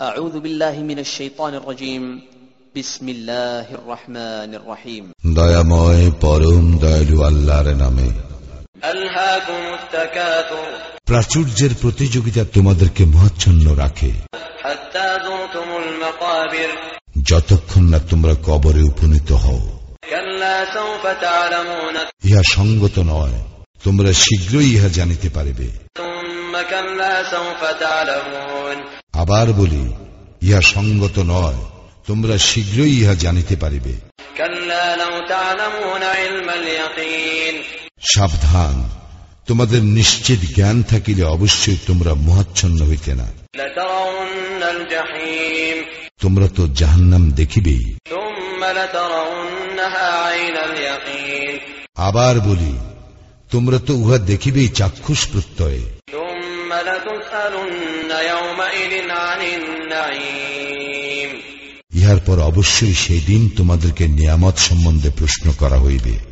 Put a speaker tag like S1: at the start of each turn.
S1: أعوذ بالله من الشيطان الرجيم بسم الله الرحمن الرحيم
S2: দয়াময় পরম দয়ালু আল্লাহর নামে
S1: ألهاكم التكاثر
S2: প্রাচুর্যের প্রতিযোগিতা তোমাদেরকে মহাচ্ছন্ন রাখে
S1: حتى زرتم المقابر
S2: যতক্ষণ না তোমরা কবরে উপনীত হও
S1: كلا سوف تعلمون
S2: ইহা সঙ্গত নয় তোমরা শীঘ্রই ইহা জানিতে পারিবে
S1: ثم كلا سوف تعلمون
S2: আবার বলি ইহা সঙ্গত নয় তোমরা শীঘ্রই ইহা জানিতে পারিবে
S1: كلا لو تعلمون علم اليقين
S2: সাবধান তোমাদের নিশ্চিত জ্ঞান থাকিলে অবশ্যই তোমরা মহাচ্ছন্ন হইতে না
S1: لترون الجحيم
S2: তোমরা তো জাহান্নাম দেখিবেই
S1: ثم لترونها عين اليقين
S2: আবার বলি তোমরা তো উহা দেখিবেই চাক্ষুষ প্রত্যয়ে
S1: ثم لتسألن يومئذ عن النعيم
S2: ইহার পর অবশ্যই সেই দিন তোমাদেরকে নিয়ামত সম্বন্ধে প্রশ্ন করা হইবে